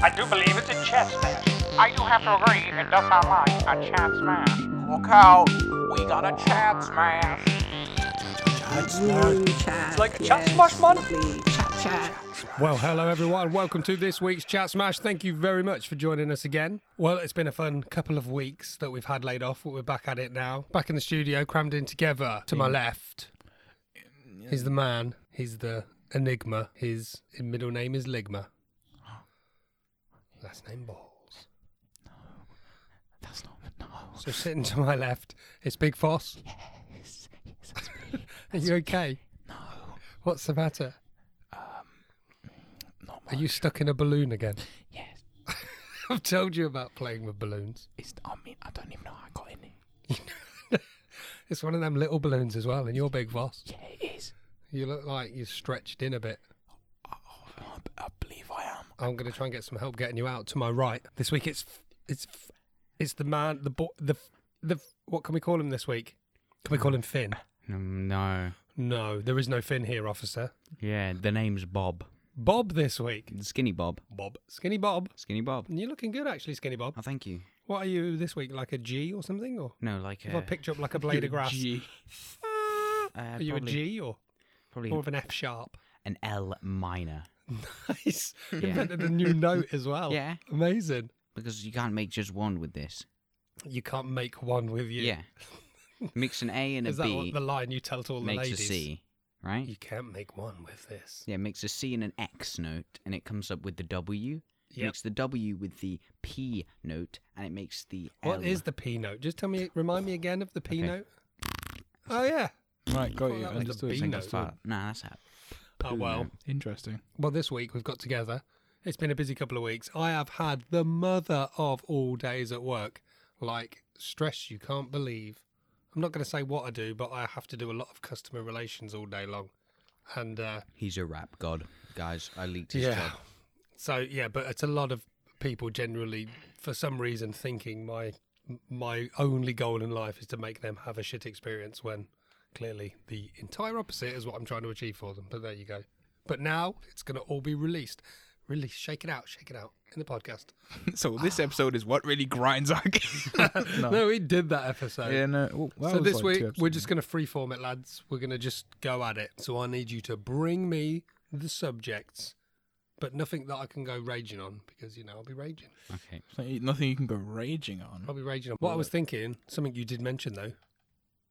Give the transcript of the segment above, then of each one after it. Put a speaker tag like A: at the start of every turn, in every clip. A: I do believe it's a chess match. I do have to agree, it does sound like a chance match. Look out, we got a chance match.
B: It's
A: like a chat smash, man.
B: Chat chat.
C: Well, hello everyone. Welcome to this week's Chat Smash. Thank you very much for joining us again. Well, it's been a fun couple of weeks that we've had laid off, but we're back at it now. Back in the studio, crammed in together. To my left, he's the man. He's the enigma. His middle name is Ligma. Last name Balls.
D: That's not the no.
C: So sitting to my left, it's Big Foss.
D: Yes, yes, that's me.
C: Are you okay?
D: No,
C: What's the matter?
D: not
C: Are
D: my.
C: you stuck in a balloon again?
D: Yes,
C: I've told you about playing with balloons.
D: it's. I mean, I don't even know how I got in it.
C: It's one of them little balloons as well, and you're Big Foss.
D: Yeah, it is.
C: You look like you're stretched in a bit.
D: I, b- I believe I am.
C: I'm going to try and get some help getting you out to my right. This week it's f- it's f- it's the man the bo- the f- the f- what can we call him this week? Can we call him Finn?
E: Mm, no.
C: No, there is no Finn here, officer.
E: Yeah, the name's Bob.
C: Bob this week.
E: Skinny Bob.
C: Bob, skinny Bob.
E: Skinny Bob.
C: And You're looking good actually, skinny Bob.
E: Oh, thank you.
C: What are you this week? Like a G or something? Or
E: No, like
C: have I
E: a.
C: picked you up like a blade of grass?
E: G. Uh,
C: Are you
E: probably,
C: a G or
E: Probably
C: more of an F sharp?
E: an L minor.
C: Nice. Invented a new note as well.
E: Yeah.
C: Amazing.
E: Because you can't make just one with this.
C: You can't make one with you.
E: Yeah. Mix an A and a
C: Is that
E: B
C: what the line you tell to all the
E: makes
C: ladies?
E: a C, right?
C: You can't make one with this.
E: Yeah, mix a C and an X note, and it comes up with the W.
C: Yep.
E: Mix the W with the P note, and it makes the L.
C: What is the P note? Just tell me, remind me again of the P
E: Okay.
C: note. Oh yeah.
D: Right, got
C: Well, you, that was the understood. B note.
E: that? Nah, that's that.
C: Oh well.
D: Interesting.
C: Well, this week we've got together. It's been a busy couple of weeks. I have had the mother of all days at work, like stress you can't believe. I'm not going to say what I do, but I have to do a lot of customer relations all day long, and uh,
E: He's a rap god, guys. I leaked his job.
C: So yeah, but it's a lot of people generally, for some reason, thinking my my only goal in life is to make them have a shit experience when clearly the entire opposite is what I'm trying to achieve for them. But there you go. But now it's going to all be released. Release, shake it out, shake it out in the podcast.
D: So this episode is what really grinds our game.
C: No, we did that episode.
D: Yeah, no. well, that
C: so
D: was
C: this
D: like
C: week
D: two
C: we're
D: episodes
C: just going to freeform it, lads. We're going to just go at it. So I need you to bring me the subjects, but nothing that I can go raging on because you know I'll be raging.
E: Okay.
D: ago. So Nothing you can go raging on.
C: I'll be raging on. What I was thinking, something you did mention though,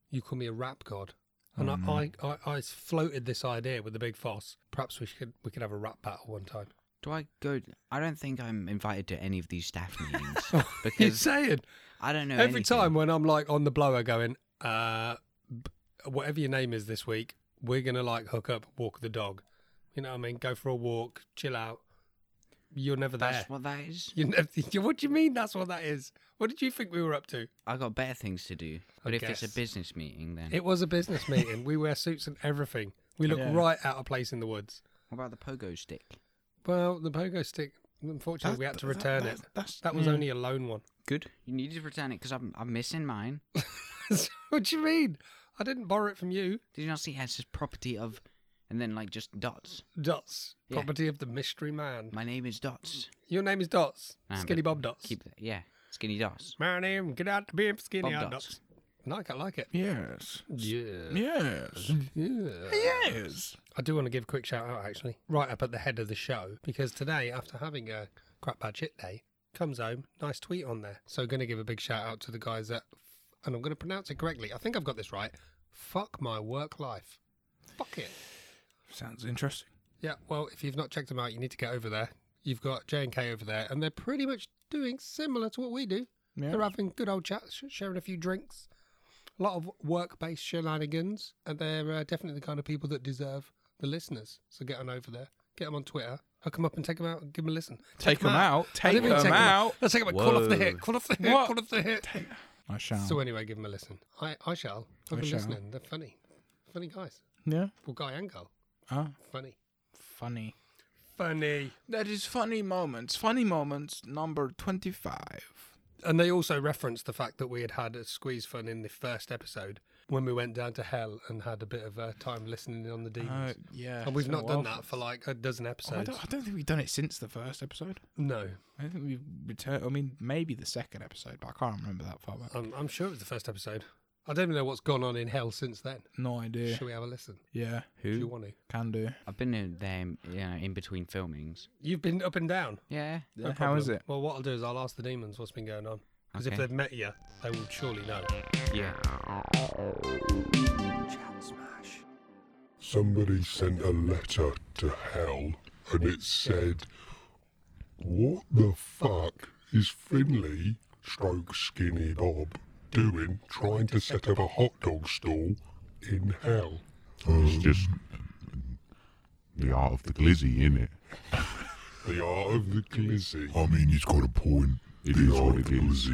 C: you call me a rap god, and I,
D: Mm-hmm.
C: I, I, I floated this idea with the big foss. Perhaps we could we could have a rap battle one time.
E: Do I go? I don't think I'm invited to any of these staff meetings
C: You're
E: because
C: saying
E: I don't know.
C: Oh, every
E: anything.
C: time when I'm like on the blower going, uh, b- whatever your name is this week, we're gonna like hook up, walk the dog. You know what I mean? Go for a walk, chill out. You're never there.
E: That's what that is.
C: You're never, what do you mean? That's what that is. What did you think we were up to?
E: I got better things to do. But if it's
C: guess.
E: a business meeting, then
C: It was a business meeting. we wear suits and everything. We look
D: Yeah.
C: right out of place in the woods.
E: what about the pogo stick?
C: Well, the pogo stick, unfortunately,
D: That-
C: we had to
D: that-
C: return
D: that- Hmm.
C: it.
D: that's-
C: that was
D: yeah.
C: only a loan one.
E: Good. You need to return it because I'm I'm missing mine.
C: what do you mean? I didn't borrow it from you.
E: Did you not see? It says property of, and then like just dots.
C: Dots,
E: Yeah.
C: property of the mystery man.
E: My name is Dots.
C: Your name is Dots.
E: Ah,
C: Skinny
E: but
C: Bob Dots.
E: Keep that. Yeah, skinny Dots.
C: My name, get out the beam, Skinny
E: Bob
C: Bob Dots.
E: Dots.
C: Like, I like it.
D: Yes.
C: Yeah.
D: Yes. Yes.
C: I do want to give a quick shout out actually, right up at the head of the show, because today, after having a crap bad shit day, comes home, nice tweet on there. So, going to give a big shout out to the guys at, and I'm going to pronounce it correctly. I think I've got this right. Fuck my work life. Fuck it.
D: Sounds interesting.
C: Yeah, well, if you've not checked them out, you need to get over there. You've got J and K over there, and they're pretty much doing similar to what we do.
D: Yeah.
C: They're having good old chats, sh- sharing a few drinks, a lot of work-based shenanigans, and they're uh, definitely the kind of people that deserve the listeners. So get on over there, get them on Twitter, hook them up, and take them out and give them a listen.
D: Take 'em
C: 'em
D: out,
C: I didn't
D: take
C: mean
D: 'em
C: 'em
D: out.
C: Let's take them out. Call off the
E: Whoa.
C: hit. Call off the hit.
D: What?
C: Call off the hit.
D: I shall.
C: So anyway, give them a listen. I I shall. I've
D: I
C: been
D: shall.
C: listening. They're funny, funny guys.
D: yeah.
C: Well, guy and girl,
D: Ah,
C: funny,
D: funny.
C: funny.
D: That is funny moments. Funny moments number twenty-five.
C: And they also referenced the fact that we had had a squeeze fun in the first episode, when we went down to hell and had a bit of uh, time listening in on the demons.
D: yeah.
C: and we've not done that for like a dozen
D: Oh, Uh, I,
C: episodes.
D: don't, I don't think we've done it since the first episode.
C: no,
D: I don't think we've returned. I mean, maybe the second episode, but I can't remember that far back.
C: I'm, I'm sure it was the first episode. I don't even know what's gone on in hell since then.
D: No idea.
C: Shall we have a listen?
D: Yeah,
C: If you
E: Who?
C: want to.
D: can do.
E: I've been in there, you know, in between filmings.
C: You've been up and down.
E: Yeah.
C: No
D: How is
C: problem.
D: it?
C: Well, what I'll do is I'll ask the demons what's been going on. Because if
E: Okay.
C: they've met you, they will surely know.
E: Yeah.
B: Somebody sent a letter to hell and it said, What the fuck is Finley, stroke skinny Bob, doing trying to set up a hot dog stall in hell?
F: It's just the art of the glizzy, in it?
B: The art of the glizzy.
F: I mean, he's got a point. It is what it is.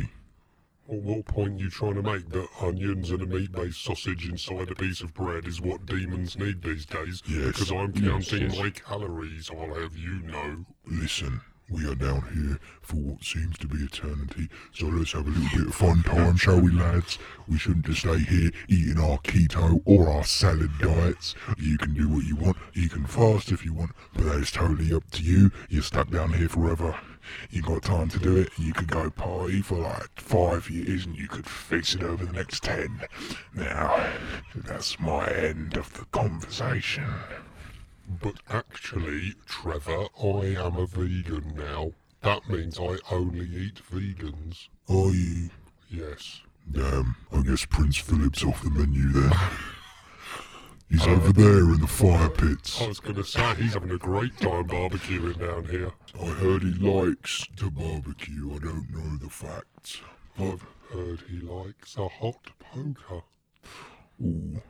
B: Well, what point you trying to make that onions and a meat-based sausage inside a piece of bread is what demons need these days?
F: Yes,
B: Because I'm
F: yes,
B: counting
F: yes.
B: my calories, I'll have you know.
F: Listen, we are down here for what seems to be eternity, so let's have a little bit of fun time, shall we, lads? We shouldn't just stay here eating our keto or our salad diets. You can do what you want, you can fast if you want, but that is totally up to you. You're stuck down here forever. You got time to do it. You could go party for like five years and you could fix it over the next ten. Now, that's my end of the conversation.
B: But actually, Trevor, I am a vegan now. That means I only eat vegans.
F: Are you
B: Yes.
F: Damn, I guess Prince Philip's off the menu then. He's over there in the fire pits.
B: Um, I was gonna say he's having a great time barbecuing down here.
F: I heard he likes to barbecue, I don't know the facts.
B: I've heard he likes a hot poker.
F: Ooh,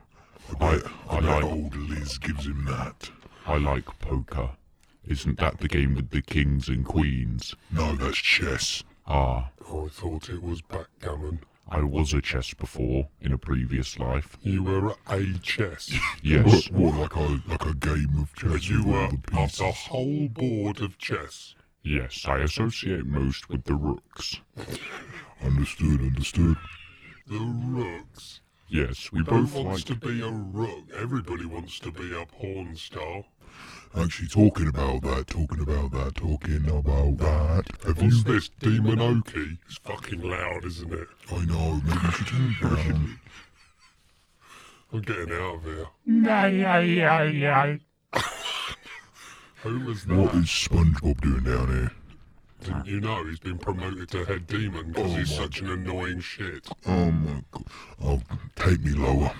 F: I, I like old Liz gives him that.
G: I like poker. Isn't that the game with the kings and queens?
F: No, that's chess.
G: Ah,
B: I thought it was backgammon.
G: I was a chess before in a previous life.
B: You were a chess.
G: Yes,
F: More like a like a game of chess.
B: You
F: with all
B: were
F: the
B: up
F: pieces.
B: the whole board of chess.
G: yes, I associate most with the rooks.
F: Understood, understood.
B: The rooks.
G: Yes, we
B: Who
G: both
B: wants
G: like.
B: to be a rook? Everybody wants to be a porn star.
F: Actually, talking about that, talking about that, talking about that. Have
B: What's
F: you?
B: this, Demon Oki? It's fucking loud, isn't it?
F: I know. Maybe you should turn it down.
B: I'm getting out of here. Who was
F: What
B: that?
F: is SpongeBob doing down here?
B: Didn't you know he's been promoted to head demon because he's such an annoying shit?
F: Oh my god! Oh, take me lower.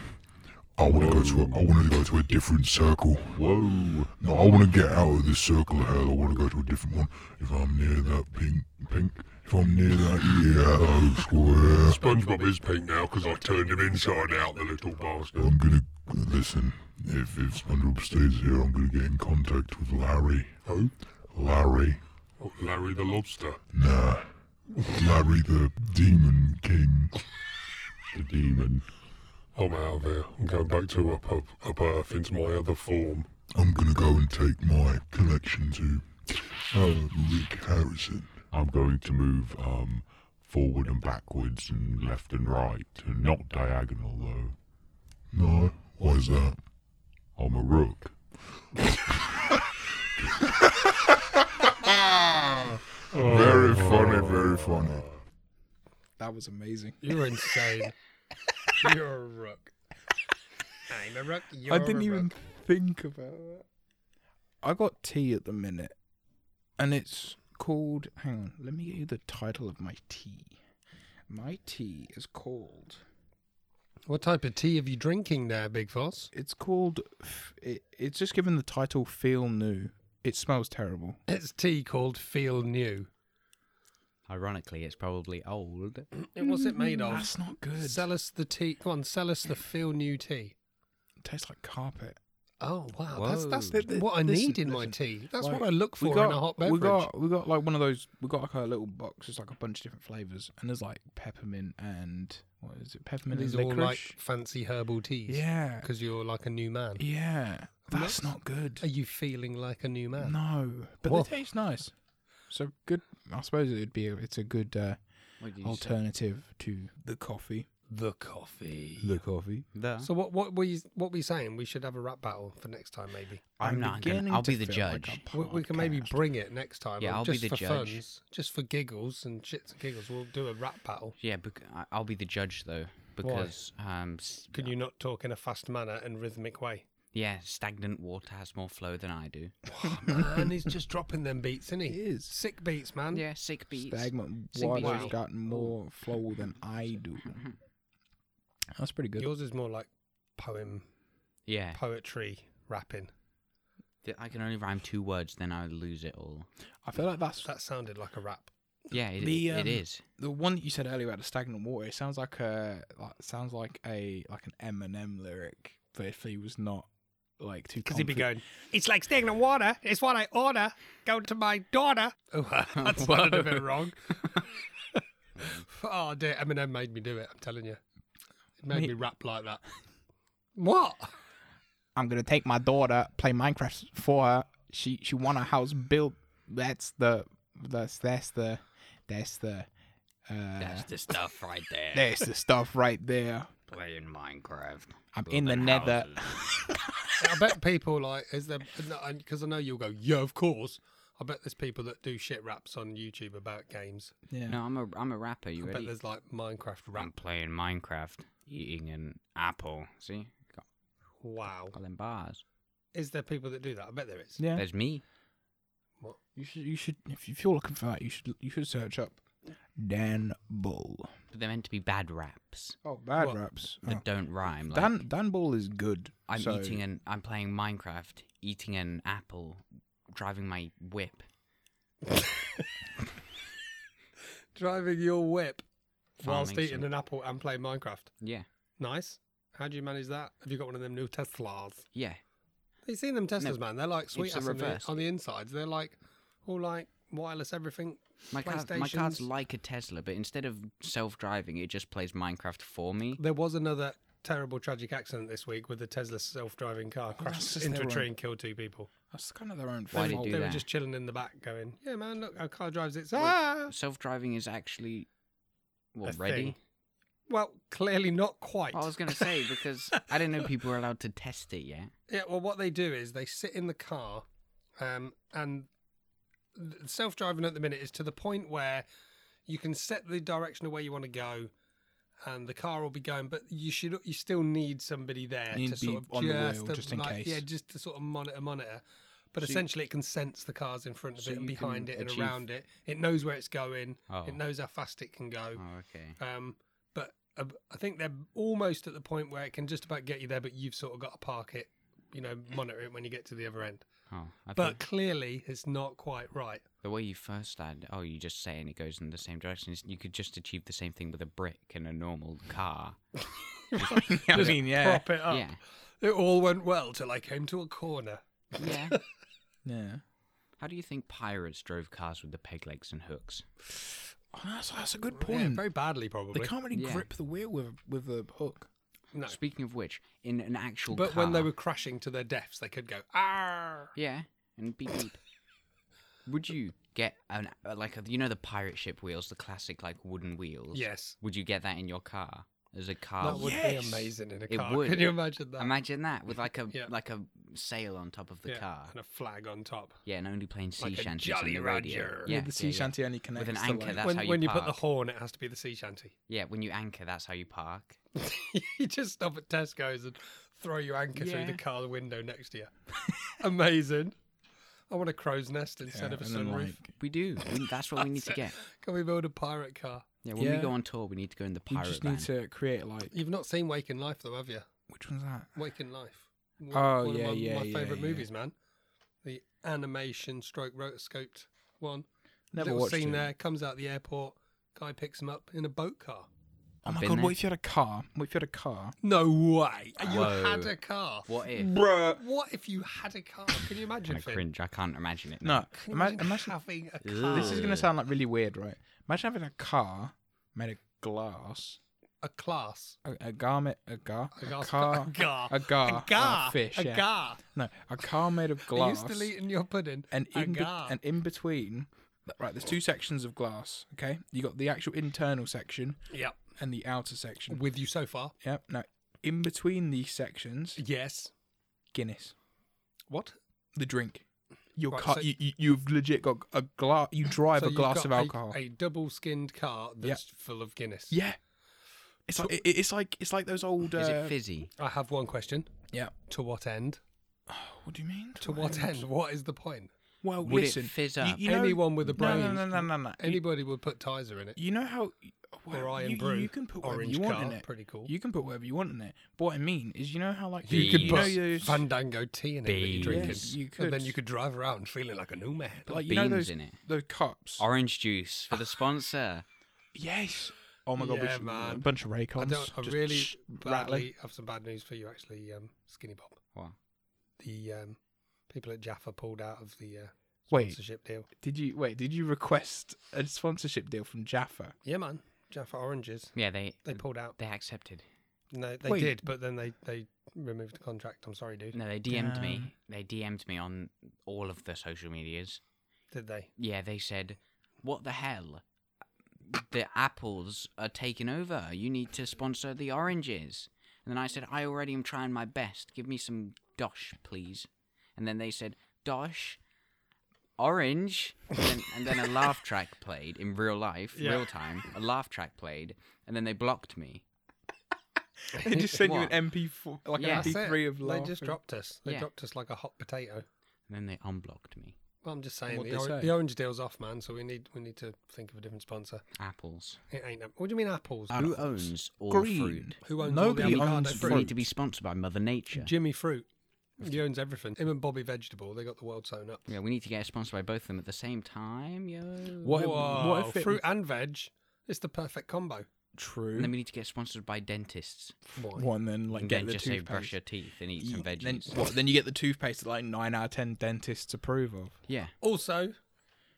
F: I want to go to a. I want to go to a different circle.
G: Whoa,
F: No, I want to get out of this circle of hell. I want to go to a different one. If I'm near that pink, pink. If I'm near that yellow square,
B: SpongeBob is pink now because I turned him inside out, the little bastard.
F: I'm gonna listen. If if SpongeBob stays here, I'm gonna get in contact with Larry.
B: Who?
F: Larry.
B: Oh, Larry the Lobster.
F: Nah. Larry the Demon King.
G: the demon.
B: I'm out of here. I'm going back to up, up, up Earth into my other form.
F: I'm gonna go and take my collection to uh, Rick Harrison.
G: I'm going to move um forward and backwards and left and right, and not diagonal though.
F: No, why is that?
G: I'm a rook.
F: Very funny, very funny.
D: That was amazing.
C: You're insane. you're a rook. I'm a rook. You're
D: I didn't
C: a
D: even
C: rook.
D: think about that. I got tea at the minute, and it's called. Hang on, let me get you the title of my tea. My tea is called.
C: What type of tea have you drinking there, Big Foss?
D: It's called. f- It, it's just given the title "Feel New." It smells terrible.
C: It's tea called Feel New.
E: Ironically, it's probably old.
C: And What's it made of?
D: That's not good.
C: Sell us the tea. Come on, sell us the Feel New tea.
D: It tastes like carpet.
C: Oh wow, that's that's
D: Whoa. Th-
C: what I
D: th-
C: need
D: listen,
C: in my
D: listen.
C: tea. That's
D: Like,
C: what I look
D: we
C: for
D: got-
C: in a hot beverage.
D: We got we got like one of those. We got like a little box. It's like a bunch of different flavors, and there's like peppermint and what is it? Peppermint
C: These are
D: and
C: all like
D: licorice.
C: fancy herbal teas.
D: yeah,
C: because you're like a new man.
D: yeah. That's not good.
C: Are you feeling like a new man?
D: No, but
C: What?
D: they taste nice. So good. I suppose it'd be. A, it's a good uh,
E: What did you say?
D: alternative to the coffee.
C: the coffee.
D: The coffee.
E: There.
C: So what what were you what were you saying? We should have a rap battle for next time, maybe.
E: I'm not gonna-
D: beginning
E: I'll
D: to
E: be the
D: feel like a
E: judge.
C: We, we can maybe
D: podcast.
C: bring it next time.
E: Yeah,
C: or
E: I'll be
C: just
E: the
C: for
E: judge.
C: Funs, just for giggles and shits and giggles. We'll do a rap battle.
E: Yeah, bec- I- I'll be the judge though because um, s-
C: Can you not talk in a fast manner and rhythmic way?
E: yeah, stagnant water has more flow than I do.
C: man, he's just dropping them beats, isn't he?
D: He is.
C: Sick beats, man.
E: Yeah, sick beats.
D: Stagnant
E: Sing
D: water's
E: beats. Wow.
D: got more flow than I do. That's pretty good.
C: Yours is more like poem,
E: Yeah,
C: poetry, rapping.
E: th- I can only rhyme two words, then I lose it all.
D: I feel like that's
C: That sounded like a rap.
E: Yeah, it,
D: The,
E: it
D: um,
E: is.
D: the one that you said earlier about the stagnant water. It sounds like a like, sounds like a like an Eminem lyric, but if he was not like too
C: Because he'd be
D: confident-
C: going, it's like stagnant water. It's what I order. Go to my daughter. Oh,
E: ah."
C: that sounded a bit wrong. oh, dear. Eminem made me do it. I'm telling you. It made me, rap like that. What?
D: I'm gonna take my daughter, play Minecraft for her. She she want a house built. That's the that's that's the that's the uh, that's,
E: the stuff right there.
D: the stuff right there.
E: Playing Minecraft.
D: I'm in the nether.
C: I bet people like, is there, because I know you'll go, yeah, of course. I bet there's people that do shit raps on YouTube about games.
D: Yeah.
E: No, I'm a I'm a rapper. You
C: I bet
E: ready? Mm.
C: there's like Minecraft
E: I'm
C: rap.
E: playing Minecraft, eating an apple. See, got,
C: Wow.
E: got them bars.
C: Is there people that do that? I bet there is.
D: Yeah.
E: There's me.
D: You should you should if you feel looking for that, you should you should search up Dan Bull.
E: But they're meant to be bad raps
D: Oh, bad
C: What?
D: raps.
E: that
D: Oh.
E: don't rhyme. Like,
D: Dan Dan Bull is good.
E: I'm
D: so-
E: eating an I'm playing Minecraft, eating an apple, driving my whip.
C: Driving your whip whilst
E: Farming
C: eating
E: some-
C: an apple and playing Minecraft.
E: Yeah,
C: Nice. How do you manage that? Have you got one of them new Teslas?
E: yeah.
C: You've seen them Teslas, man. They're like sweet
E: the
C: ass on the,
E: reverse.
C: on the insides. They're like all like wireless everything.
E: My car, my car's
C: PlayStations.
E: like a Tesla, but instead of self-driving, it just plays Minecraft for me.
C: There was another terrible tragic accident this week with the Tesla self-driving car
D: that's
C: crashed
D: just
C: into a
D: their
C: tree
D: own-
C: and killed two people.
D: That's kind of their own
E: Why
C: they
E: did
D: fault.
E: do
C: they were
E: that?
C: just chilling in the back, going, "Yeah, man, look, our car drives itself." Ah!
E: Self-driving is actually
C: A
E: well ready.
C: thing. Well, clearly not quite.
E: I was gonna say because I didn't know people were allowed to test it yet.
C: Yeah, well, what they do is they sit in the car, um, and th- self-driving at the minute is to the point where you can set the direction of where you want to go, and the car will be going. But you should, you still need somebody there
D: You need
C: to
D: to be
C: sort of
D: on the wheel
C: just, to,
D: just in
C: like,
D: case.
C: yeah, just to sort of monitor, monitor. But
D: So you-
C: essentially, it can sense the cars in front of
D: So
C: it and
D: you
C: behind
D: can
C: it and
D: achieve-
C: around it. It knows where it's going.
E: Oh.
C: It knows how fast it can go.
E: Oh, okay.
C: Um, but uh, I think they're almost at the point where it can just about get you there, but you've sort of got to park it, you know, monitor it when you get to the other end.
E: Oh, I
C: But
E: thought
C: clearly, it's not quite right.
E: the way you first started, oh, you just say and it goes in the same direction. You could just achieve the same thing with a brick and a normal car.
D: I mean, yeah.
C: Prop it up.
E: Yeah,
C: It all went well till I came to a corner.
E: yeah.
D: Yeah.
E: How do you think pirates drove cars with the peg legs and hooks?
D: Oh, that's, that's a good
C: Yeah,
D: point.
C: very badly,
D: they
C: probably.
D: can't really
E: Yeah.
D: grip the wheel with with a hook.
C: No.
E: Speaking of which, in an actual
C: But when they
E: car-
C: were crashing to their deaths, they could go, ah.
E: yeah, and beep beep. Would you get an uh, like a, you know the pirate ship wheels, the classic like wooden wheels?
C: Yes.
E: Would you get that in your car as a car?
C: That would
D: yes.
C: be amazing in a
E: Ah, It
C: car.
E: would.
C: Can you imagine that?
E: Imagine that with like a
C: Yeah.
E: like a sail on top of the
C: yeah,
E: car.
C: And a flag on top.
E: Yeah, and only playing sea
C: Like a
E: shanties
C: Jolly
E: on the radio.
C: Roger.
E: Yeah,
D: Yeah, the sea
E: yeah, yeah.
D: shanty only connects
E: an
D: to,
E: anchor,
D: like-
E: that's
C: when
E: how you
C: when you put the
E: park.
C: horn, it has to be the sea shanty.
E: Yeah, when you anchor, that's how you park.
C: you just stop at Tesco's and throw your anchor
E: Yeah.
C: through the car window next to you. Amazing. I want a crow's nest instead
D: Yeah,
C: of a
D: and then,
C: sunroof.
D: like,
E: We do. We- that's what we need to get.
C: Can we build a pirate car?
E: Yeah, when
D: Yeah.
E: we go on tour, we need to go in the
D: you
E: pirate
D: just
E: van.
D: need to create like
C: You've not seen Waking Life though, have you?
D: which one's that?
C: Waking Life. One-
D: Oh,
C: one
D: yeah,
C: of my,
D: yeah,
C: my
D: yeah,
C: favorite
D: yeah.
C: movies, man. The animation stroke rotoscoped one.
D: Never
C: Little
D: watched
C: scene
D: it.
C: there comes out the airport. Guy picks him up in a boat car.
D: Oh my
E: Been
D: god! What
E: there.
D: if you had a car? What if you had a car?
C: No way. You
E: Whoa.
C: had a car.
E: What if?
D: Bruh.
C: What if you had a car? Can you imagine?
E: Kind of
C: Finn?
E: cringe. I can't imagine it. now.
D: No,
C: Can you
D: imagine,
C: imagine,
D: imagine
C: having a
E: Ugh.
C: car.
D: this is gonna sound like really weird, right? Imagine having a car made of glass,
C: a class.
D: a, a garment, a gar,
C: A
D: a,
C: glass-
D: car,
C: a gar.
D: a gar,
C: A gar.
D: a fish,
C: A
D: yeah.
C: gar.
D: No, a car made of
C: Are you
D: glass.
C: still eating your pudding?
D: and
C: a
D: in be-
C: gar.
D: and in between right there's two sections of glass okay you got the actual internal section
C: yep.
D: and the outer section.
C: With you so far?
D: Yep. Now, in between these sections,
C: Yes.
D: Guinness,
C: What?
D: the drink. Your
C: Right,
D: car,
C: so-
D: you, you, you've legit got a glass. You drive
C: So
D: a
C: you've
D: glass
C: got
D: of alcohol.
C: A, double skinned cart that's full of Guinness.
D: yeah. It's like it- it's like it's like those old. Uh,
E: Is it fizzy?
C: I have one question.
D: yeah.
C: To what end?
D: What do you mean?
C: To what end? What is the point?
D: Well,
E: Would it
D: listen.
E: fizz
D: you-
E: up?
D: you know-
C: Anyone with a brain.
D: No, no, no, no, no. no. You-
C: Anybody would put Tizer in it.
D: You know how well,
C: Orion
D: you,
C: Brew,
D: you can put whatever
C: orange
D: you want in
C: cart,
D: it.
C: pretty cool.
D: You can put whatever you want in it. But what I mean is, you know how like
C: You
E: Bees.
C: could
D: you know
C: put
D: those
C: Fandango tea in it that you're
E: Bees.
C: drinking.
D: Yes, you
C: And then
D: could.
C: you could drive around feeling like a new man.
D: like uh, you know
E: beans
D: those
E: in it.
D: those cups.
E: Orange juice for the sponsor.
D: yes. Oh my god, we
C: Yeah,
D: should- a
C: man.
D: bunch of
C: I,
D: Raycons.
C: don't, I
D: just
C: really
D: sh-
C: badly
D: rattling.
C: have some bad news for you, actually, um, Skinny Bob.
E: What?
C: The um, people at Jaffa pulled out of the uh,
D: Wait.
C: sponsorship deal.
D: Did you wait? Did you request a sponsorship deal from Jaffa?
C: Yeah, man. Jaffa Oranges.
E: Yeah, they
C: They pulled out.
E: they accepted.
C: No, they
D: Wait.
C: did, but then they, they removed the contract. I'm sorry, dude.
E: No, they DM'd
D: Damn.
E: me. They DM'd me on all of the social medias.
C: Did they?
E: Yeah, they said, "What the hell? The apples are taking over. You need to sponsor the oranges." And then I said, "I already am trying my best. Give me some dosh, please." And then they said, "Dosh, orange," and then, and then a laugh track played in real life,
C: Yeah.
E: real time. A laugh track played, and then they blocked me.
D: They just sent you
E: What?
D: an MP4, like
E: Yeah.
D: an
E: That's
C: That's it.
D: MP3 of
C: They
D: laughing.
C: just dropped us. They
E: Yeah.
C: dropped us like a hot potato.
E: And then they unblocked me.
C: Well, I'm just saying
D: What'd
C: the,
D: they
C: or-
D: say?
C: the orange deal's off, man. So we need we need to think of a different sponsor.
E: Apples.
C: It ain't. that- What do you mean apples?
E: Who owns all fruit?
C: Who owns
D: Nobody
C: all the avocado
D: owns
E: We
C: fruit?
E: need to be sponsored by Mother Nature.
C: Jimmy Fruit. He owns everything. Him and Bobby Vegetable. They got the world sewn up.
E: Yeah, we need to get sponsored by both of them at the same time, yo.
D: What, if-
C: Whoa,
D: what if it,
C: fruit and veg? It's the perfect combo.
D: True.
E: And then we need to get sponsored by dentists.
D: one then like
E: and
D: get
E: then
D: the
E: just say
D: toothpaste.
E: brush your teeth and eat some
D: You-
E: veggies.
D: Then, what, then you get the toothpaste that like nine out of ten dentists approve of.
E: yeah.
C: Also,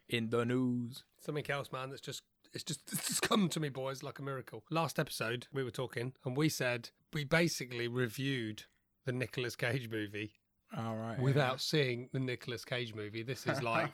D: In the news.
C: something else, man. That's just it's just it's just come to me, boys, like a miracle. Last episode we were talking, and we said we basically reviewed the Nicolas Cage movie
D: All right. yeah.
C: without seeing the Nicolas Cage movie. This is like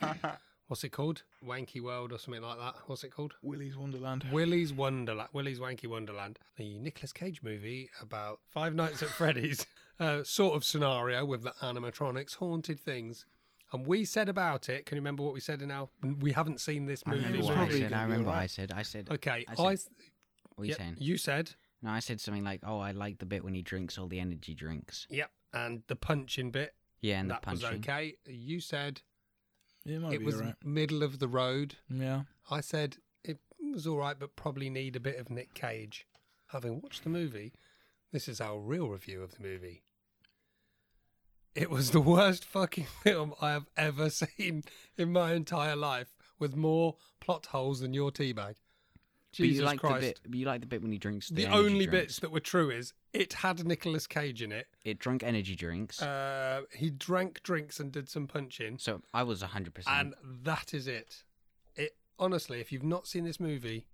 C: what's it called? Wanky World or something like that. What's it called?
D: Willy's Wonderland.
C: Willy's Wonderland, Willy's Wanky Wonderland, the Nicolas Cage movie about Five Nights at Freddy's uh, sort of scenario with the animatronics, haunted things. And we said about it. Can you remember what we said in our? We haven't seen this
E: I
C: movie.
E: remember
D: was
E: what I
D: probably
E: said.
D: gonna
E: I
D: be
E: remember what I
D: alright.
E: said. I said.
C: Okay,
E: I
C: I.
E: said,
C: th-
E: what are you
C: yeah,
E: saying?
C: You said.
E: No, I said something like, "Oh, I like the bit when he drinks all the energy drinks."
C: Yep. And the punching bit.
E: Yeah, and
C: that
E: the punching.
C: was okay. You said
D: It might
C: it
D: be
C: was
D: alright.
C: middle of the road.
D: Yeah.
C: I said it was all right, but probably need a bit of Nick Cage. Having watched the movie, this is our real review of the movie. It was the worst fucking film I have ever seen in my entire life, with more plot holes than your teabag.
E: But
C: Jesus
E: you like
C: Christ.
E: the bit. but You like the bit when he drinks the,
C: the
E: energy
C: only
E: drinks.
C: bits that were true is it had Nicolas Cage in it.
E: It drunk energy drinks.
C: Uh, he drank drinks and did some punching.
E: so I was hundred percent.
C: And that is it. It honestly, if you've not seen this movie,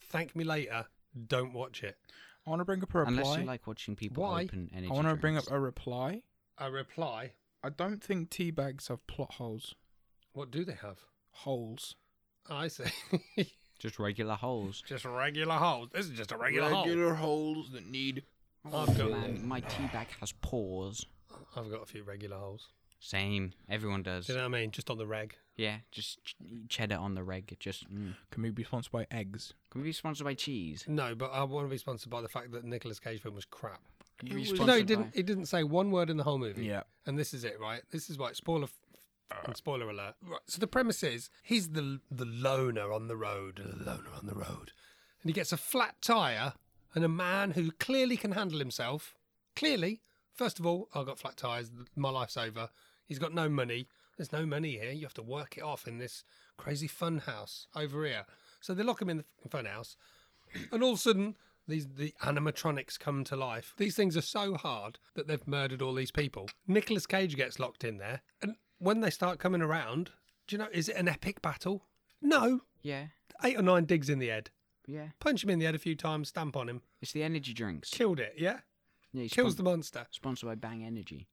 C: thank me later. Don't watch it.
D: I want to bring up a reply.
E: Unless you like watching people
C: Why?
E: open energy.
D: I want to bring up
E: drinks.
D: a reply.
C: A reply.
D: I don't think tea bags have plot holes.
C: What do they have?
D: Holes.
C: I see.
E: just regular holes.
C: just regular holes. This is just a regular, hole.
D: holes that need.
C: I've got,
E: Man, my tea bag has pores.
C: I've got a few regular holes.
E: Same. Everyone does.
C: Do you know what I mean? Just on the reg.
E: Yeah, just ch- cheddar on the reg. Just mm.
D: Can we be sponsored by eggs?
E: can we be sponsored by cheese?
C: No, but I want to be sponsored by the fact that Nicolas Cage film was crap.
E: Can we be
C: No, he
E: sponsored
C: didn't.
E: by-
C: He didn't say one word in the whole movie.
D: Yeah.
C: and this is it, right? This is right. Spoiler, f- fucking spoiler alert. Right. So the premise is he's the the loner on the road, the loner on the road, and he gets a flat tire, and a man who clearly can handle himself. Clearly, first of all, I've got flat tires. My life's over. He's got no money. There's no money here. You have to work it off in this crazy fun house over here. So they lock him in the fucking fun house and all of a sudden these the animatronics come to life. These things are so hard that they've murdered all these people. Nicolas Cage gets locked in there, and when they start coming around, do you know is it an epic battle? No,
E: Yeah,
C: eight or nine digs in the head.
E: yeah.
C: Punch him in the head a few times, stamp on him,
E: It's the energy drinks.
C: killed it. Yeah,
E: yeah, he's
C: kills
E: spon-
C: the monster,
E: Sponsored by Bang Energy.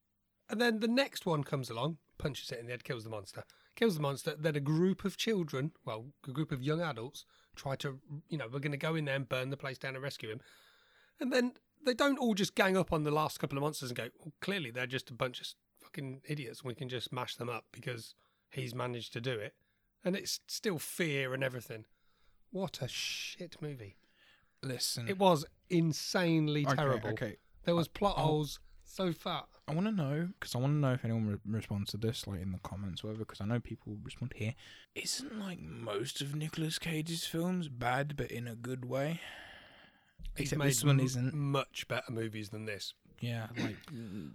C: and then the next one comes along, punches it in the head, kills the monster. kills the monster. Then a group of children, well, a group of young adults, try to, you know, we're going to go in there and burn the place down and rescue him. And then they don't all just gang up on the last couple of monsters and go, well, clearly they're just a bunch of s- fucking idiots. and We can just mash them up because he's managed to do it. And it's still fear and everything. What a shit movie.
D: Listen,
C: It was insanely
D: Mm. Okay,
C: terrible.
D: okay. Uh, um,
C: There was plot holes so far.
D: I want to know because I want to know if anyone re- responds to this, like in the comments, or whatever. Because I know people respond here. Isn't like most of Nicolas Cage's films bad, but in a good way? Except
C: made
D: this one
C: m-
D: isn't.
C: Much better movies than this.
D: Yeah, like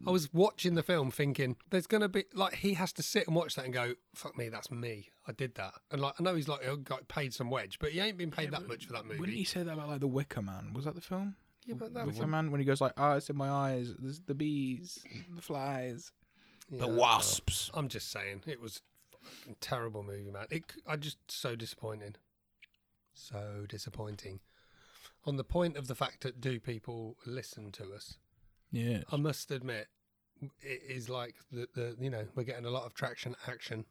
C: I was watching the film thinking, there's going to be, like, he has to sit and watch that and go, fuck me, that's me. I did that. And, like, I know he's, like, he got paid some wedge, but he ain't been paid that much for that movie.
D: wouldn't you say that about like The Wicker Man? Was that the film?
C: Yeah, but that
D: Wicker Man, when he goes like, "Ah, it's in my eyes. There's the bees, the flies,
C: yeah, uh,
D: the
C: well,
D: wasps."
C: I'm just saying, it was fucking terrible movie, man. It, I just, so disappointing. So disappointing. On the point of the fact that do people listen to us,
D: Yeah,
C: I must admit, it is like the, the you know we're getting a lot of traction action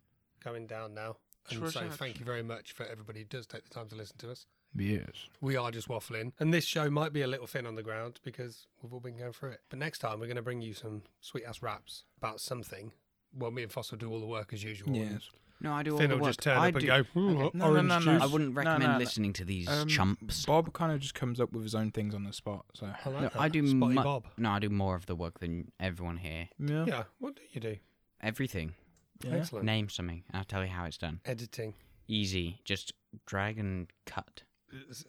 C: going down now, and so thank you very much for everybody who does take the time to listen to us.
D: yes.
C: We are just waffling, and this show might be a little thin on the ground because we've all been going through it. But next time we're going to bring you some sweet ass raps about something. Well, me and Foss will do all the work as usual. and
D: Yes.
E: No, I do all
C: Finn
E: the
C: will
E: work.
C: just turn
E: I
C: up
E: do.
C: and go. "Ooh,
D: No, no,
C: orange
D: no, no.
C: juice."
E: I wouldn't
D: No, no,
E: recommend
D: no.
E: listening to these
D: Um,
E: chumps.
D: Bob kind of just comes up with his own things on the spot. So
C: I like
E: No,
C: that.
E: I do.
C: Spotty
E: Mu-
C: Bob.
E: No, I do more of the work than everyone here.
D: yeah,
C: Yeah, what do you do?
E: Everything.
D: yeah.
C: Excellent.
E: Name something. I'll tell you how it's done.
C: Editing.
E: Easy. Just drag and cut.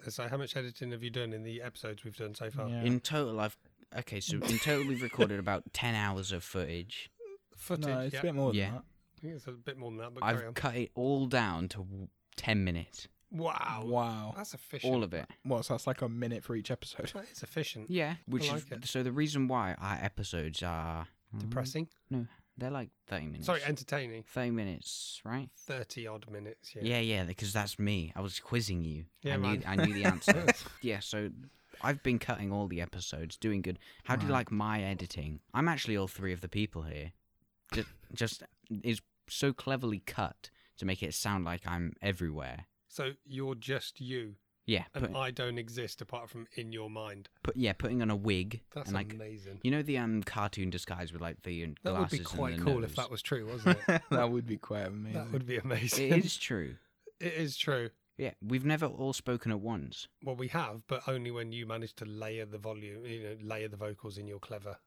C: So, how much editing have you done in the episodes we've done so far?
D: Yeah.
E: In total, I've okay. So in total, we've recorded about ten hours of footage.
C: Footage.
D: No, it's
C: yeah.
D: a bit more than
E: Yeah.
D: that.
C: I think it's a bit more than that, but carry
E: I've
C: on.
E: cut it all down to w- ten minutes.
C: Wow.
D: Wow.
C: That's efficient.
E: Oh, All of it.
D: Well, so that's like a minute for each episode.
C: That is efficient.
E: Yeah. Which
C: like
E: is
C: it.
E: so the reason why our episodes are
C: Depressing.
E: no, they're like thirty minutes.
C: Sorry, entertaining.
E: thirty minutes, right?
C: 30 odd minutes. Yeah.
E: Yeah, yeah, because that's me. I was quizzing you.
C: Yeah,
E: I knew,
C: man.
E: I knew the answer. yeah, so I've been cutting all the episodes, doing good. How do you like my editing? I'm actually all three of the people here. Just, just is so cleverly cut to make it sound like I'm everywhere.
C: So you're just you,
E: Yeah,
C: and
E: put,
C: I don't exist apart from in your mind.
E: put, yeah, putting on a wig
C: That's
E: and like
C: amazing.
E: you know the um cartoon disguise with like the uh,
C: That would
E: glasses
C: be quite
E: and the
C: cool
E: nose?
C: if that was true, wasn't it?
D: that would be quite amazing.
C: that would be amazing.
E: It is true.
C: It is true.
E: Yeah, we've never all spoken at once.
C: Well, we have, but only when you manage to layer the volume, you know, layer the vocals in your clever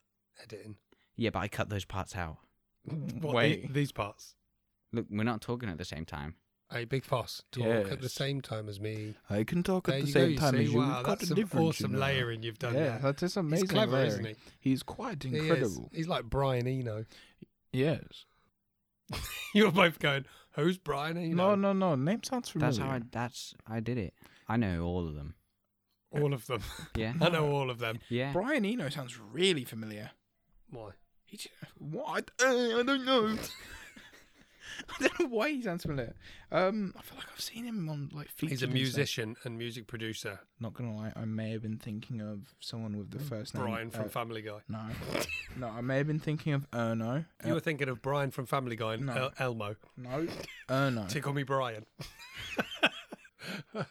C: editing.
E: Yeah, but I cut those parts out.
C: What,
D: Wait.
C: the- these parts.
E: Look, we're not talking at the same time.
C: A big boss talk at the
D: Yes.
C: same time as me.
D: I can talk
C: There
D: at the
C: you go,
D: same
C: you
D: time
C: see.
D: as you.
C: Wow,
D: We've got
C: that's
D: a
C: some
D: difference, you
C: awesome
D: know.
C: layering you've done
D: Yeah,
C: there.
D: that is amazing.
C: clever,
D: layering.
C: isn't he?
D: He's quite
C: He is.
D: incredible.
C: He's like Brian Eno.
D: Yes.
C: You're both going, who's Brian
D: No,
C: Eno?
D: no, no. Name sounds familiar.
E: That's how I. That's I did it. I know all of them.
C: All of them.
E: Yeah,
C: I know all of them.
E: yeah.
D: Brian Eno sounds really familiar.
C: Why?
D: He j- what? I, uh, I don't know. I don't know why he sounds familiar. Um, I feel like I've seen him on like.
C: He's
D: featured
C: a
D: and stuff.
C: musician and music producer.
D: Not gonna lie, I may have been thinking of someone with the first name.
C: Mm. Brian from
D: uh,
C: Family Guy.
D: No, no, I may have been thinking of Erno.
C: You
D: Uh,
C: were thinking of Brian from Family Guy and
D: No.
C: El- Elmo.
D: no, Erno.
C: Tickle me, Brian.
D: No.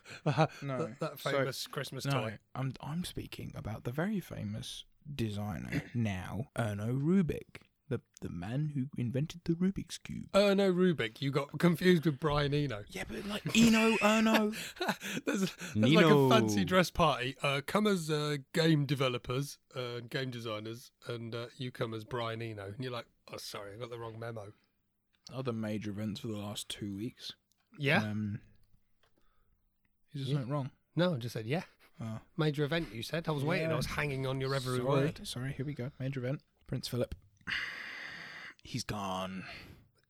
C: That, that
D: So-
C: famous Christmas
D: No,
C: toy.
D: I'm I'm speaking about the very famous designer now, Erno Rubik, the the man who invented the Rubik's cube.
C: Erno Oh, Rubik. You got confused with Brian Eno.
D: Yeah, but like Eno, Erno.
C: there's there's like a fancy
E: Nino.
C: dress party. Uh, come as uh, game developers uh, game designers, and uh, you come as Brian Eno. And you're like, oh, sorry, I got the wrong memo.
D: Other major events for the last two weeks.
C: Yeah?
D: Um, he just
C: Yeah.
D: went wrong.
C: no, I just said, yeah.
D: Oh,
C: Major event, you said. I was waiting.
D: Yeah.
C: I was hanging on your every
D: sorry,
C: word.
D: sorry. Here we go. Major event. Prince Philip. He's gone.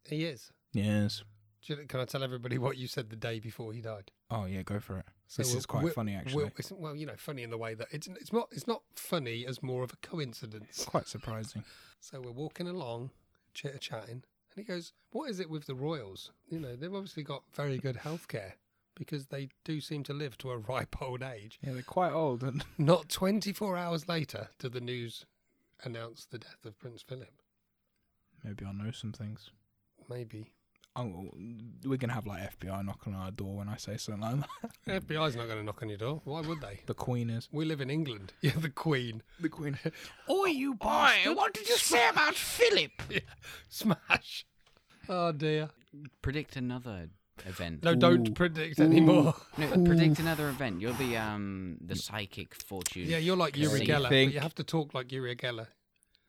C: He is.
D: Yes.
C: Do you- Can I tell everybody what you said the day before he died?
D: Oh yeah, go for it. this
C: we'll-
D: is quite
C: we'll-
D: funny
C: we'll-
D: actually.
C: it's- well, you know, funny in the way that it's it's not it's not funny as more of a coincidence.
D: quite surprising.
C: So we're walking along, chitter chatting, and he goes, "What is it with the royals? You know, they've obviously got very good healthcare because they do seem to live to a ripe old age."
D: Yeah, they're quite old and
C: Not 24 hours later did the news announce the death of Prince Philip.
D: maybe I know some things.
C: Maybe
D: oh, we're gonna have like FBI knocking on our door when I say something like that.
C: FBI's not going to knock on your door. Why would they?
D: The Queen is
C: We live in England. Yeah, the Queen.
D: the Queen. Oi, you boy! What did you say about Philip?
C: Smash. Oh dear.
E: Predict another event.
C: No, don't predict anymore.
E: No, uh, predict another event. You're the um the psychic fortune.
C: Yeah, you're like Uri
E: See,
C: Geller.
D: think-
C: But you have to talk like Uri Geller.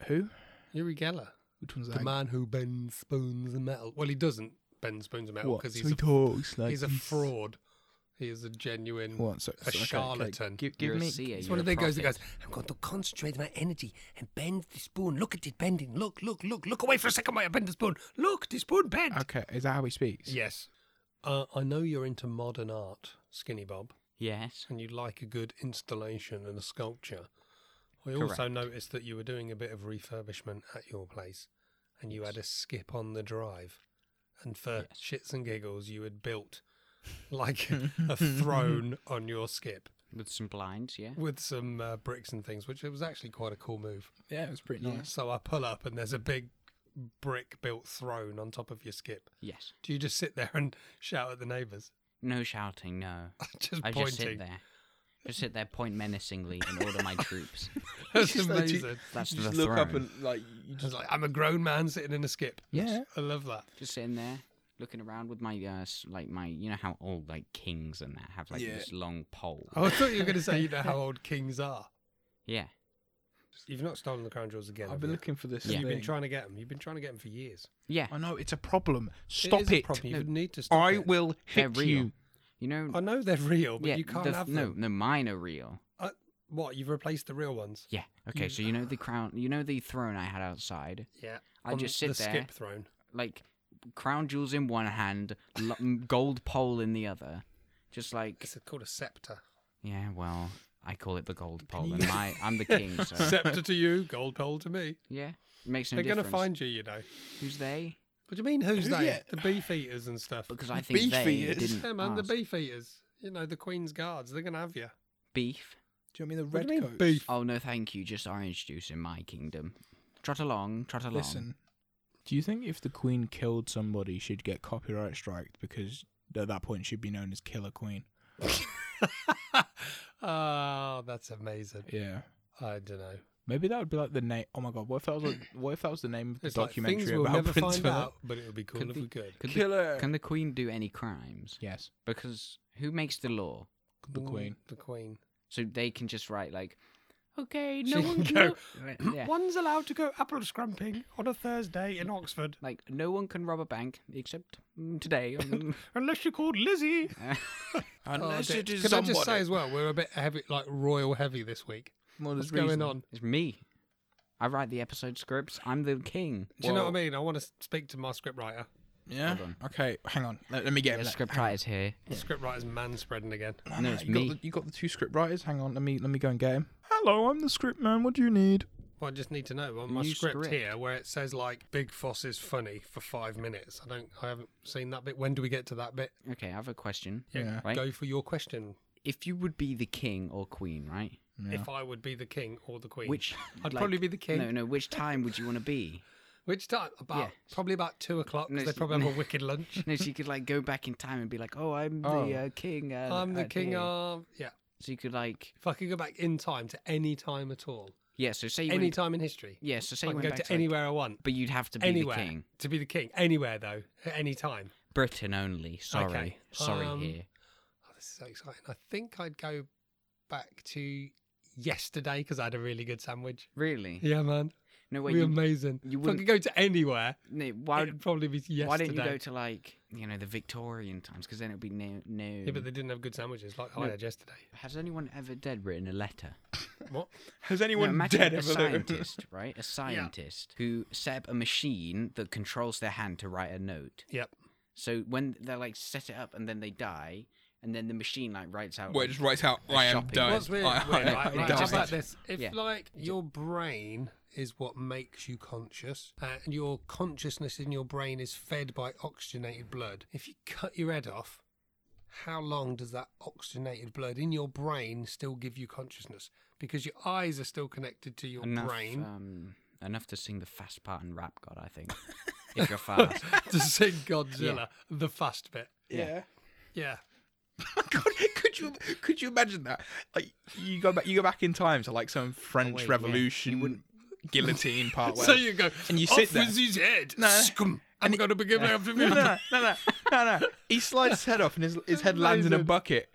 D: Who?
C: Uri Geller,
D: Which one's
C: the
D: that?
C: man who bends spoons of metal. Well, he doesn't bend spoons of metal
D: What?
C: because
D: So
C: he's
D: he
C: a,
D: talks like
C: he's a fraud. He is a genuine.
D: What? So, so-
C: a
D: okay, okay,
C: charlatan.
D: Give,
E: You're
D: give
E: a
D: me.
E: seer,
C: He's
E: you're
C: one
E: a
C: of the guys that
E: prophet.
C: goes, I'm going to concentrate my energy and bend the spoon. Look at it bending. Look, look, look, look away for a second while I bend the spoon. Look, the spoon bent.
D: Okay, is that how he speaks?
C: Yes. Uh, I know you're into modern art, Skinny Bob,
E: Yes.
C: and you like a good installation and a sculpture. I also
E: Correct.
C: noticed that you were doing a bit of refurbishment at your place, and you had a skip on the drive. And for
E: Yes.
C: shits and giggles, you had built like a throne on your skip
E: With some blinds, yeah.
C: with some uh, bricks and things, which it was actually quite a cool move.
D: Yeah, it was pretty nice.
C: So I pull up, and there's a big brick built throne on top of your skip.
E: Yes.
C: Do you just sit there and shout at the neighbours?
E: No shouting, no.
C: just
E: I
C: pointing.
E: just sit there. Just sit there, point menacingly, and order my troops.
C: That's
D: Just like you-
C: amazing.
E: That's
D: you
E: the
D: just look up
E: throne.
D: and like you
C: It's
D: just
C: like I'm a grown man sitting in a skip.
D: Yeah.
C: I love that.
E: Just sitting there, looking around with my, uh, s- like my, you know how old like kings and that have like
D: Yeah.
E: this long pole.
C: Oh, I thought you were going to say you know how old kings are.
E: Yeah.
C: You've not stolen the crown jewels again.
D: I've been looking for this.
E: Yeah.
D: Yeah.
C: You've been trying to get them. You've been trying to get them for years.
E: Yeah.
D: I know it's a problem. Stop
C: is
D: it.
C: A problem. You
E: No,
C: need to stop
D: I
C: it.
D: will
E: They're
D: hit
E: real.
D: you.
E: You, know.
C: I know they're real, but
E: yeah.
C: you can't
E: the-
C: have
E: no,
C: them.
E: no, mine are real.
C: Uh, what? You've replaced the real ones?
E: Yeah. Okay. So you know the crown. You know the throne I had outside.
C: Yeah.
E: I
C: On
E: just
C: the
E: sit there.
C: skip throne.
E: like crown jewels in one hand, lo- m- gold pole in the other. Just like
C: It's called a scepter.
E: yeah, well, I call it the gold pole, and my I'm the king, so
C: scepter to you, gold pole to me.
E: yeah, it makes no
C: they're
E: difference.
C: to find you, you know.
E: who's they
C: What do you mean, who's they?
D: yeah.
C: The beef eaters and stuff.
E: because I think
D: Beef
E: they
D: eaters.
E: didn't
C: Yeah, man, the
E: ask.
C: beef eaters. You know, the Queen's guards. They're going to have you.
E: beef.
D: Do you want me the
C: What
D: red
C: do you mean,
D: coats?
C: beef?
E: Oh no, thank you. Just orange juice in my kingdom. Trot along, trot along.
D: Listen, do you think if the Queen killed somebody, she'd get copyright striked because at that point she'd be known as Killer Queen?
C: oh, that's amazing.
D: Yeah.
C: I don't know.
D: Maybe that would be like the name. Oh my god! What if that was like, what if that was the name of the
C: It's like
D: documentary
C: things we'll
D: about
C: never
D: Prince
C: find
D: Philip?
C: out, but it would be cool
E: Could
C: if
E: be-
C: we could.
E: Could the-
D: Killer.
E: can the queen do any crimes?
D: Yes,
E: Because who makes the law?
D: the
C: Mm,
D: Queen.
C: The Queen.
E: So they can just write like, okay, no
C: She
E: one
C: can
E: can.
C: go,
E: ro-" yeah.
C: One's allowed to go apple scrumping on a Thursday in Oxford,
E: Like no one can rob a bank except mm, today. Mm.
C: unless you're called Lizzie.
D: Unless
C: Oh,
D: it
C: dear.
D: is
C: Can
D: somebody.
C: I just say as well, we're a bit heavy, like royal heavy this week.
D: Well,
C: What's
D: there's
C: going
D: reason.
C: on?
E: It's me. I write the episode scripts. I'm the king.
C: Do you know what I mean? I want to speak to my scriptwriter.
D: Yeah. Okay, hang on. Let, let me get
E: The
D: him. Let-
E: script
D: hang on.
E: writer's here.
C: The scriptwriter's man spreading again.
E: No,
D: Ah,
E: it's
D: you
E: me.
D: Got the, you got the two script writers. Hang on. Let me let me go and get him. Hello, I'm the script man. What do you need?
C: Well, I just need to know on my
E: New
C: script,
E: script.
C: here where it says like Big Foss is funny for five minutes. I don't, I haven't seen that bit. When do we get to that bit?
E: Okay, I have a question.
D: Yeah.
E: Right?
C: Go for your question.
E: If you would be the king or queen, right?
C: If I would be the king or the queen,
E: Which
C: I'd
E: like-
C: probably be the king.
E: No, no. Which time would you want to be?
C: Which time? About
E: Yeah.
C: probably about two o'clock. 'cause
E: No,
C: they
E: she-
C: probably have a wicked lunch.
E: No, so you could like go back in time and be like, "Oh, I'm
D: Oh.
E: the uh, king." Uh,
C: I'm the
E: uh,
C: king
E: here."
C: of yeah.
E: So you could like,
C: If I could go back in time to any time at all,
E: yeah. So say you
C: any
E: went,
C: time in history,
E: yeah. So say
C: I
E: you
C: can
E: went
C: go
E: back
C: to
E: like-
C: anywhere I want,
E: but you'd have to be
C: anywhere
E: the king.
C: to be the king. Anywhere though, at any time.
E: Britain only. Sorry,
C: Okay,
E: sorry
C: um,
E: here.
C: Oh, this is so exciting. I think I'd go back to yesterday because I had a really good sandwich.
E: Really?
C: Yeah, man,
E: No
C: we
E: wait. You,
C: amazing.
E: you
C: if I could
E: wouldn't-
C: go to anywhere,
E: no, why?
C: it'd probably be yesterday.
E: Why don't you go to like you know the Victorian times? Because then it'd be no. no
C: Yeah, but they didn't have good sandwiches like I
E: No.
C: had yesterday.
E: Has anyone ever dead written a letter?
C: What?
D: Has
E: No,
D: anyone
E: imagine
D: dead
E: a
D: ever
E: scientist, right? A scientist who set up a machine that controls their hand to write a note.
C: Yep.
E: So when they like set it up and then they die, and then the machine like writes out.
D: Where
E: like,
D: it just writes out, I am
E: shopping
D: done.
C: What's weird?
D: I,
C: weird,
D: I,
C: right,
D: am
C: right,
D: done.
C: how about this? If
E: Yeah.
C: like your brain is what makes you conscious, uh, and your consciousness in your brain is fed by oxygenated blood. If you cut your head off, how long does that oxygenated blood in your brain still give you consciousness? Because your eyes are still connected to your
E: enough,
C: brain.
E: Um, enough to sing the fast part and rap god, I think. if you're fast.
D: uh,
C: to sing Godzilla, the fast bit.
D: Yeah.
C: Yeah.
D: God, could you could you imagine that? Like you go back you go back in time to like some French
E: wait, yeah. You
D: Revolution guillotine part where
C: So you go,
D: and you
C: off
D: sit there.
C: with his head.
D: No.
C: Scum. I'm going to begin my
D: no,
C: afternoon.
D: no, no, no, no, no. He slides his head off and his his head lands in a
C: Amazing.
D: bucket.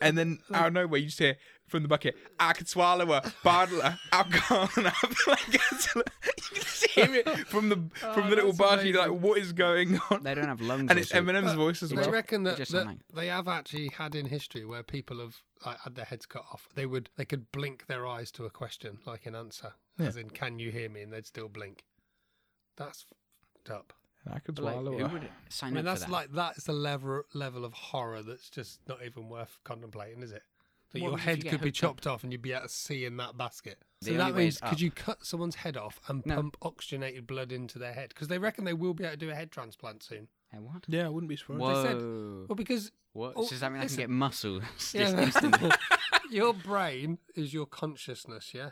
D: And then out of nowhere you just hear from the bucket, I could swallow her, bottle her, alcohol and apple and Godzilla." You can just hear it from the from
C: Oh,
D: the little
C: that's
D: bar you're like,
C: amazing.
D: what is going on?
E: They don't have lungs.
D: and
E: or
D: it's
E: something.
D: Eminem's voice as
C: Do
D: well.
C: you reckon that,
E: Just
C: that
E: something.
C: they have actually had in history where people have like, had their heads cut off? They would they could blink their eyes to a question, like an answer, as in "Can you hear me?" and they'd still blink. That's fed up.
D: I could
E: But, like,
D: swallow
E: who
D: her.
E: would sign
C: I mean,
E: up
C: that's
E: for that?
C: like that's the level level of horror that's just not even worth contemplating, is it? That
E: What
C: your
E: would you
C: head
E: get
C: could be
E: hooked up?
C: chopped off and you'd be able to see in that basket.
E: The
C: so
E: only
C: that
E: way
C: means
E: is up.
C: could you cut someone's head off and
E: No.
C: pump oxygenated blood into their head? Because they reckon they will be able to do a head transplant soon.
E: Hey, Eh, what?
D: Yeah, I wouldn't be surprised.
E: Whoa.
C: said- Well, because
E: what?
C: oh,
E: Does that mean I can
C: listen.
E: get muscles just
C: Yeah.
E: instantly?
C: your brain is your consciousness, yeah?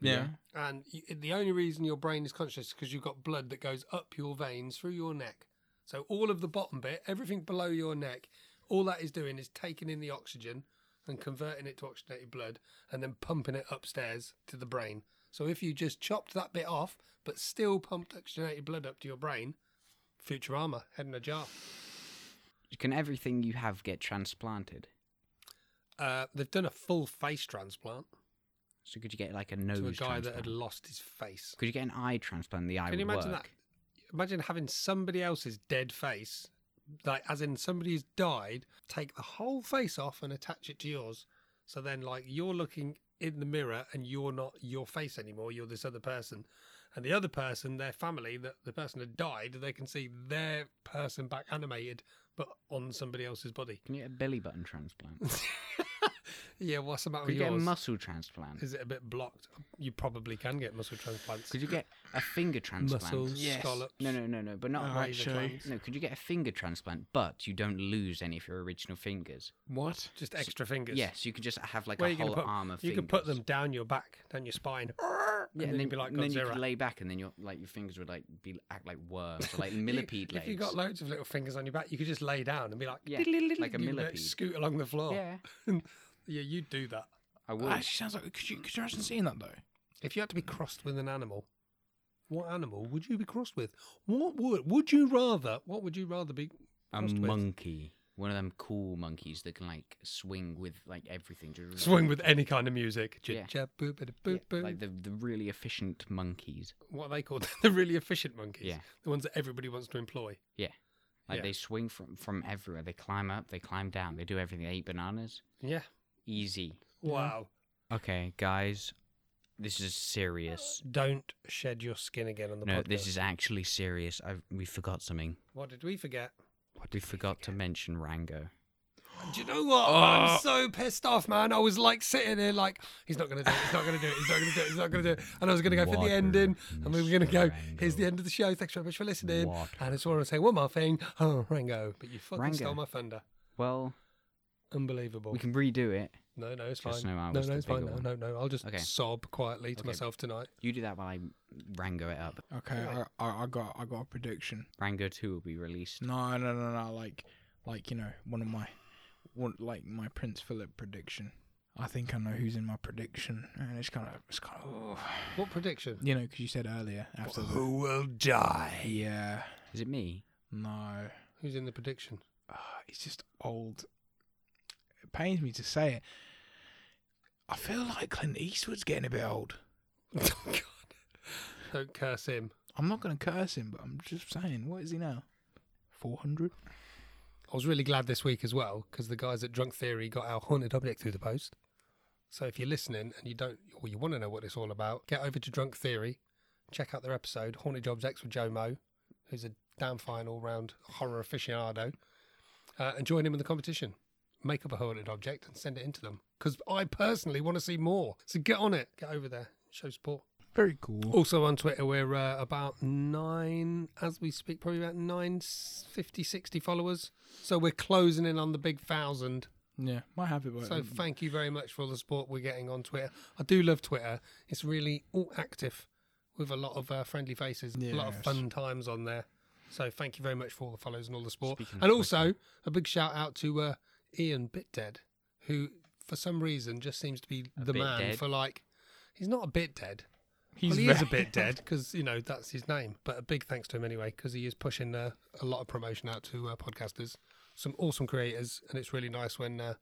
D: Yeah.
C: And y the only reason your brain is conscious is because you've got blood that goes up your veins through your neck. So all of the bottom bit, everything below your neck, all that is doing is taking in the oxygen and converting it to oxygenated blood and then pumping it upstairs to the brain. So if you just chopped that bit off but still pumped oxygenated blood up to your brain, Futurama, head in a jar.
E: Can everything you have get transplanted?
C: Uh, they've done a full face transplant
E: So could you get like a nose
C: to a guy that
E: transplant?
C: had lost his face.
E: Could you get an eye transplant? The eye
C: Can you
E: would
C: imagine
E: work.
C: that? Imagine having somebody else's dead face, like as in somebody who's died, take the whole face off and attach it to yours. So then, like you're looking in the mirror and you're not your face anymore. You're this other person, and the other person, their family, that the person had died, they can see their person back animated, but on somebody else's body.
E: Can you get a belly button transplant? Could
C: Yeah, what's the matter
E: you
C: with
E: get a
C: Oh, yours?
E: muscle transplant?
C: Is it a bit blocked? You probably can get muscle transplants.
E: Could you get a finger transplant?
C: muscles, scallops?
E: No, no, no, no. But not
D: Oh,
E: like-
D: actually.
E: transplants. No, could you get a finger transplant, but you don't lose any of your original fingers?
D: What?
C: Just extra fingers.
E: Yes, you could just have like
C: Where
E: a
C: you gonna
E: whole
C: put,
E: arm of
C: You
E: fingers.
C: can put them down your back, down your spine.
E: Yeah,
C: and then you'd be like
E: and then you
C: Godzilla.
E: could lay back, and then your like your fingers would like be act like worms, or like millipede
C: you,
E: legs.
C: If you got loads of little fingers on your back, you could just lay down and be like,
E: Yeah,
C: "Diddle-diddle-diddle,"
E: like a
C: you'd,
E: millipede.
C: scoot along the floor.
E: yeah,
C: yeah, you'd do that.
E: I
D: That
E: would.
D: actually sounds like. Could you, could you imagine seeing that though?
C: If you had to be crossed with an animal, what animal would you be crossed with? What would would you rather? What would you rather be?
E: a
C: crossed with?
E: monkey, one of them cool monkeys that can like swing with like everything. just-
C: Swing with any kind of music.
E: Yeah.
C: Chit-chat, boop, bada,
E: Yeah,
C: boop, boop.
E: like the the really efficient monkeys.
C: What are they called? the really efficient monkeys.
E: Yeah.
C: The ones that everybody wants to employ.
E: Like
C: Yeah.
E: they swing from from everywhere. They climb up, they climb down, they do everything. They eat bananas.
C: Yeah.
E: Easy.
C: Wow.
E: Okay, guys, this is serious.
C: Don't shed your skin again on the
E: No,
C: podcast.
E: this is actually serious. I we forgot something.
C: What did we forget?
E: we forgot to mention Rango.
C: Do you know what?
E: Uh,
C: I'm so pissed off, man. I was like sitting here, like, he's not going to do it, he's not going to do it, he's not going to do it, he's not going to do it. And I was going to go for
E: Water,
C: the ending, and we were going to go,
E: Mr.
C: here's the
E: Rango.
C: end of the show. Thanks very much for listening.
E: Water.
C: And I just want to say one more thing. Oh, Rango. But you fucking
E: Rango.
C: stole my thunder.
E: Well,
C: Unbelievable.
E: we can redo it.
C: No, no, it's
E: Just
C: fine.
E: know I
C: No,
E: was
C: no,
E: the
C: it's fine.
E: bigger
C: No, no, no. I'll just
E: Okay.
C: sob quietly to
E: Okay.
C: myself tonight.
E: You do that while I Rango it up.
D: Okay, I, I, I got I got a prediction.
E: Rango Two will be released.
D: No, no, no, no. Like, like you know, one of my, one like my Prince Philip prediction. I think I know who's in my prediction, and it's kind of it's kind of
C: What prediction?
D: you know because you said earlier after the
C: Who will die?
D: yeah
E: Is it me?
D: no
C: Who's in the prediction?
D: Ah, it's just old. It pains me to say it. I feel like Clint Eastwood's getting a bit old.
C: Oh, God. Don't curse him.
D: I'm not gonna curse him, but I'm just saying, what is he now? Four hundred.
C: I was really glad this week as well because the guys at Drunk Theory got our haunted object through the post. So if you're listening and you don't or you want to know what it's all about, get over to Drunk Theory, check out their episode Haunted Objects with Joe Mo, who's a damn fine all-round horror aficionado, uh, and join him in the competition. Make up a haunted object and send it into them because I personally want to see more. So get on it, get over there, show support.
D: Very cool.
C: Also on Twitter, we're uh, about nine, as we speak, probably about nine, s- 50, 60 followers. So we're closing in on the big thousand.
D: Yeah, might have it. but-
C: So thank you very much for all the support we're getting on Twitter. I do love Twitter. It's really all active. with a lot of uh, friendly faces, a lot of
D: Yes.
C: fun times on there. So thank you very much for all the follows and all the support.
G: Speaking of
C: and also a big shout out to uh, Ian Bitdead, who for some reason just seems to be the
E: bit
C: man
E: dead.
C: for like. He's not a bit dead.
D: He's
C: well, he is a
D: very-
C: bit dead because you know that's his name. But a big thanks to him anyway because he is pushing uh, a lot of promotion out to uh, podcasters, some awesome creators, and it's really nice when uh,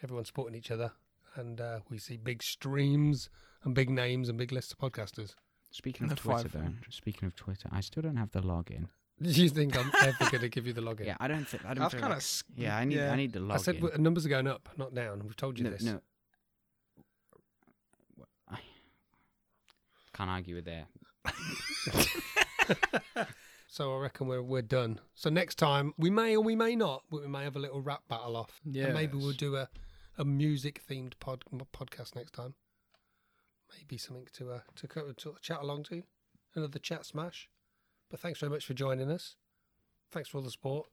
C: everyone's supporting each other and uh, we see big streams and big names and big lists of podcasters.
E: Speaking of
D: The
E: Twitter,
D: five
E: though,
D: hundred.
E: speaking of Twitter, I still don't have the login.
C: Do you think I'm ever going to give you the login?
E: Yeah, I don't think I don't.
D: That's
E: feel
D: kind
E: like-
D: of
E: Yeah, I need I need the login.
C: I said w- numbers are going up, not down. We've told you
E: no,
C: this.
E: no. I can't argue with that.
C: So I reckon we're we're done. So next time we may or we may not, but we may have a little rap battle off. And maybe we'll
D: Yes.
C: do a, a music themed pod m- podcast next time. Maybe something to uh, to, co- to chat along to, another chat smash. But thanks very much for joining us. Thanks for all the support.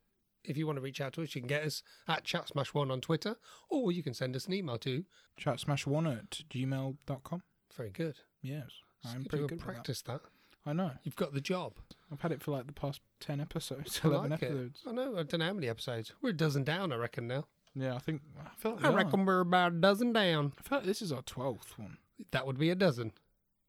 C: If you want to reach out to us, you can get us at chat smash one on Twitter, or you can send us an email too.
D: Chat smash one at gmail.com.
C: Very good.
D: Yes. I'm
C: You
D: pretty
C: do
D: good at that.
C: practice that.
D: I know.
C: You've got the job.
D: I've had it for like the past 10 episodes,
C: I
D: 11
C: like it.
D: episodes.
C: I know. I don't know how many episodes. We're a dozen down, I reckon now.
D: Yeah, I think. I feel like,
C: I
D: we are.
C: reckon we're about a dozen down.
D: I feel like this is our 12th one.
C: That would be a dozen.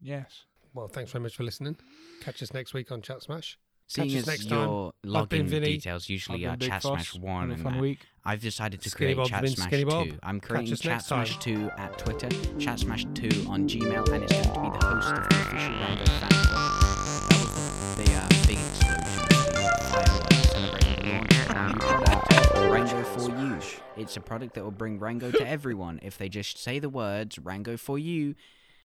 D: Yes.
C: Well, thanks very much for listening. Catch us next week on Chat Smash.
E: Seeing
C: us
E: as
C: next time.
E: your
C: I've been
E: login
C: Vinny.
E: details usually
D: I've
E: are
D: been Big
E: Chat Smash
D: Foss.
E: One,
D: Had a
E: and
D: fun
E: that,
D: week.
E: I've decided to
C: Skinny
E: create
C: Bob's
E: Chat
C: been
E: Smash
C: Skinny Bob.
E: Two. I'm
C: Catch
E: creating
C: us
E: Chat
C: next time.
E: Smash Two at Twitter, Chat Smash Two on Gmail, and it's going to be the host of the official round of fan club. That was the, the uh, big explosion. the fireworks celebrating the launch of our new product, Rango for You. It's a product that will bring Rango to everyone if they just say the words Rango for You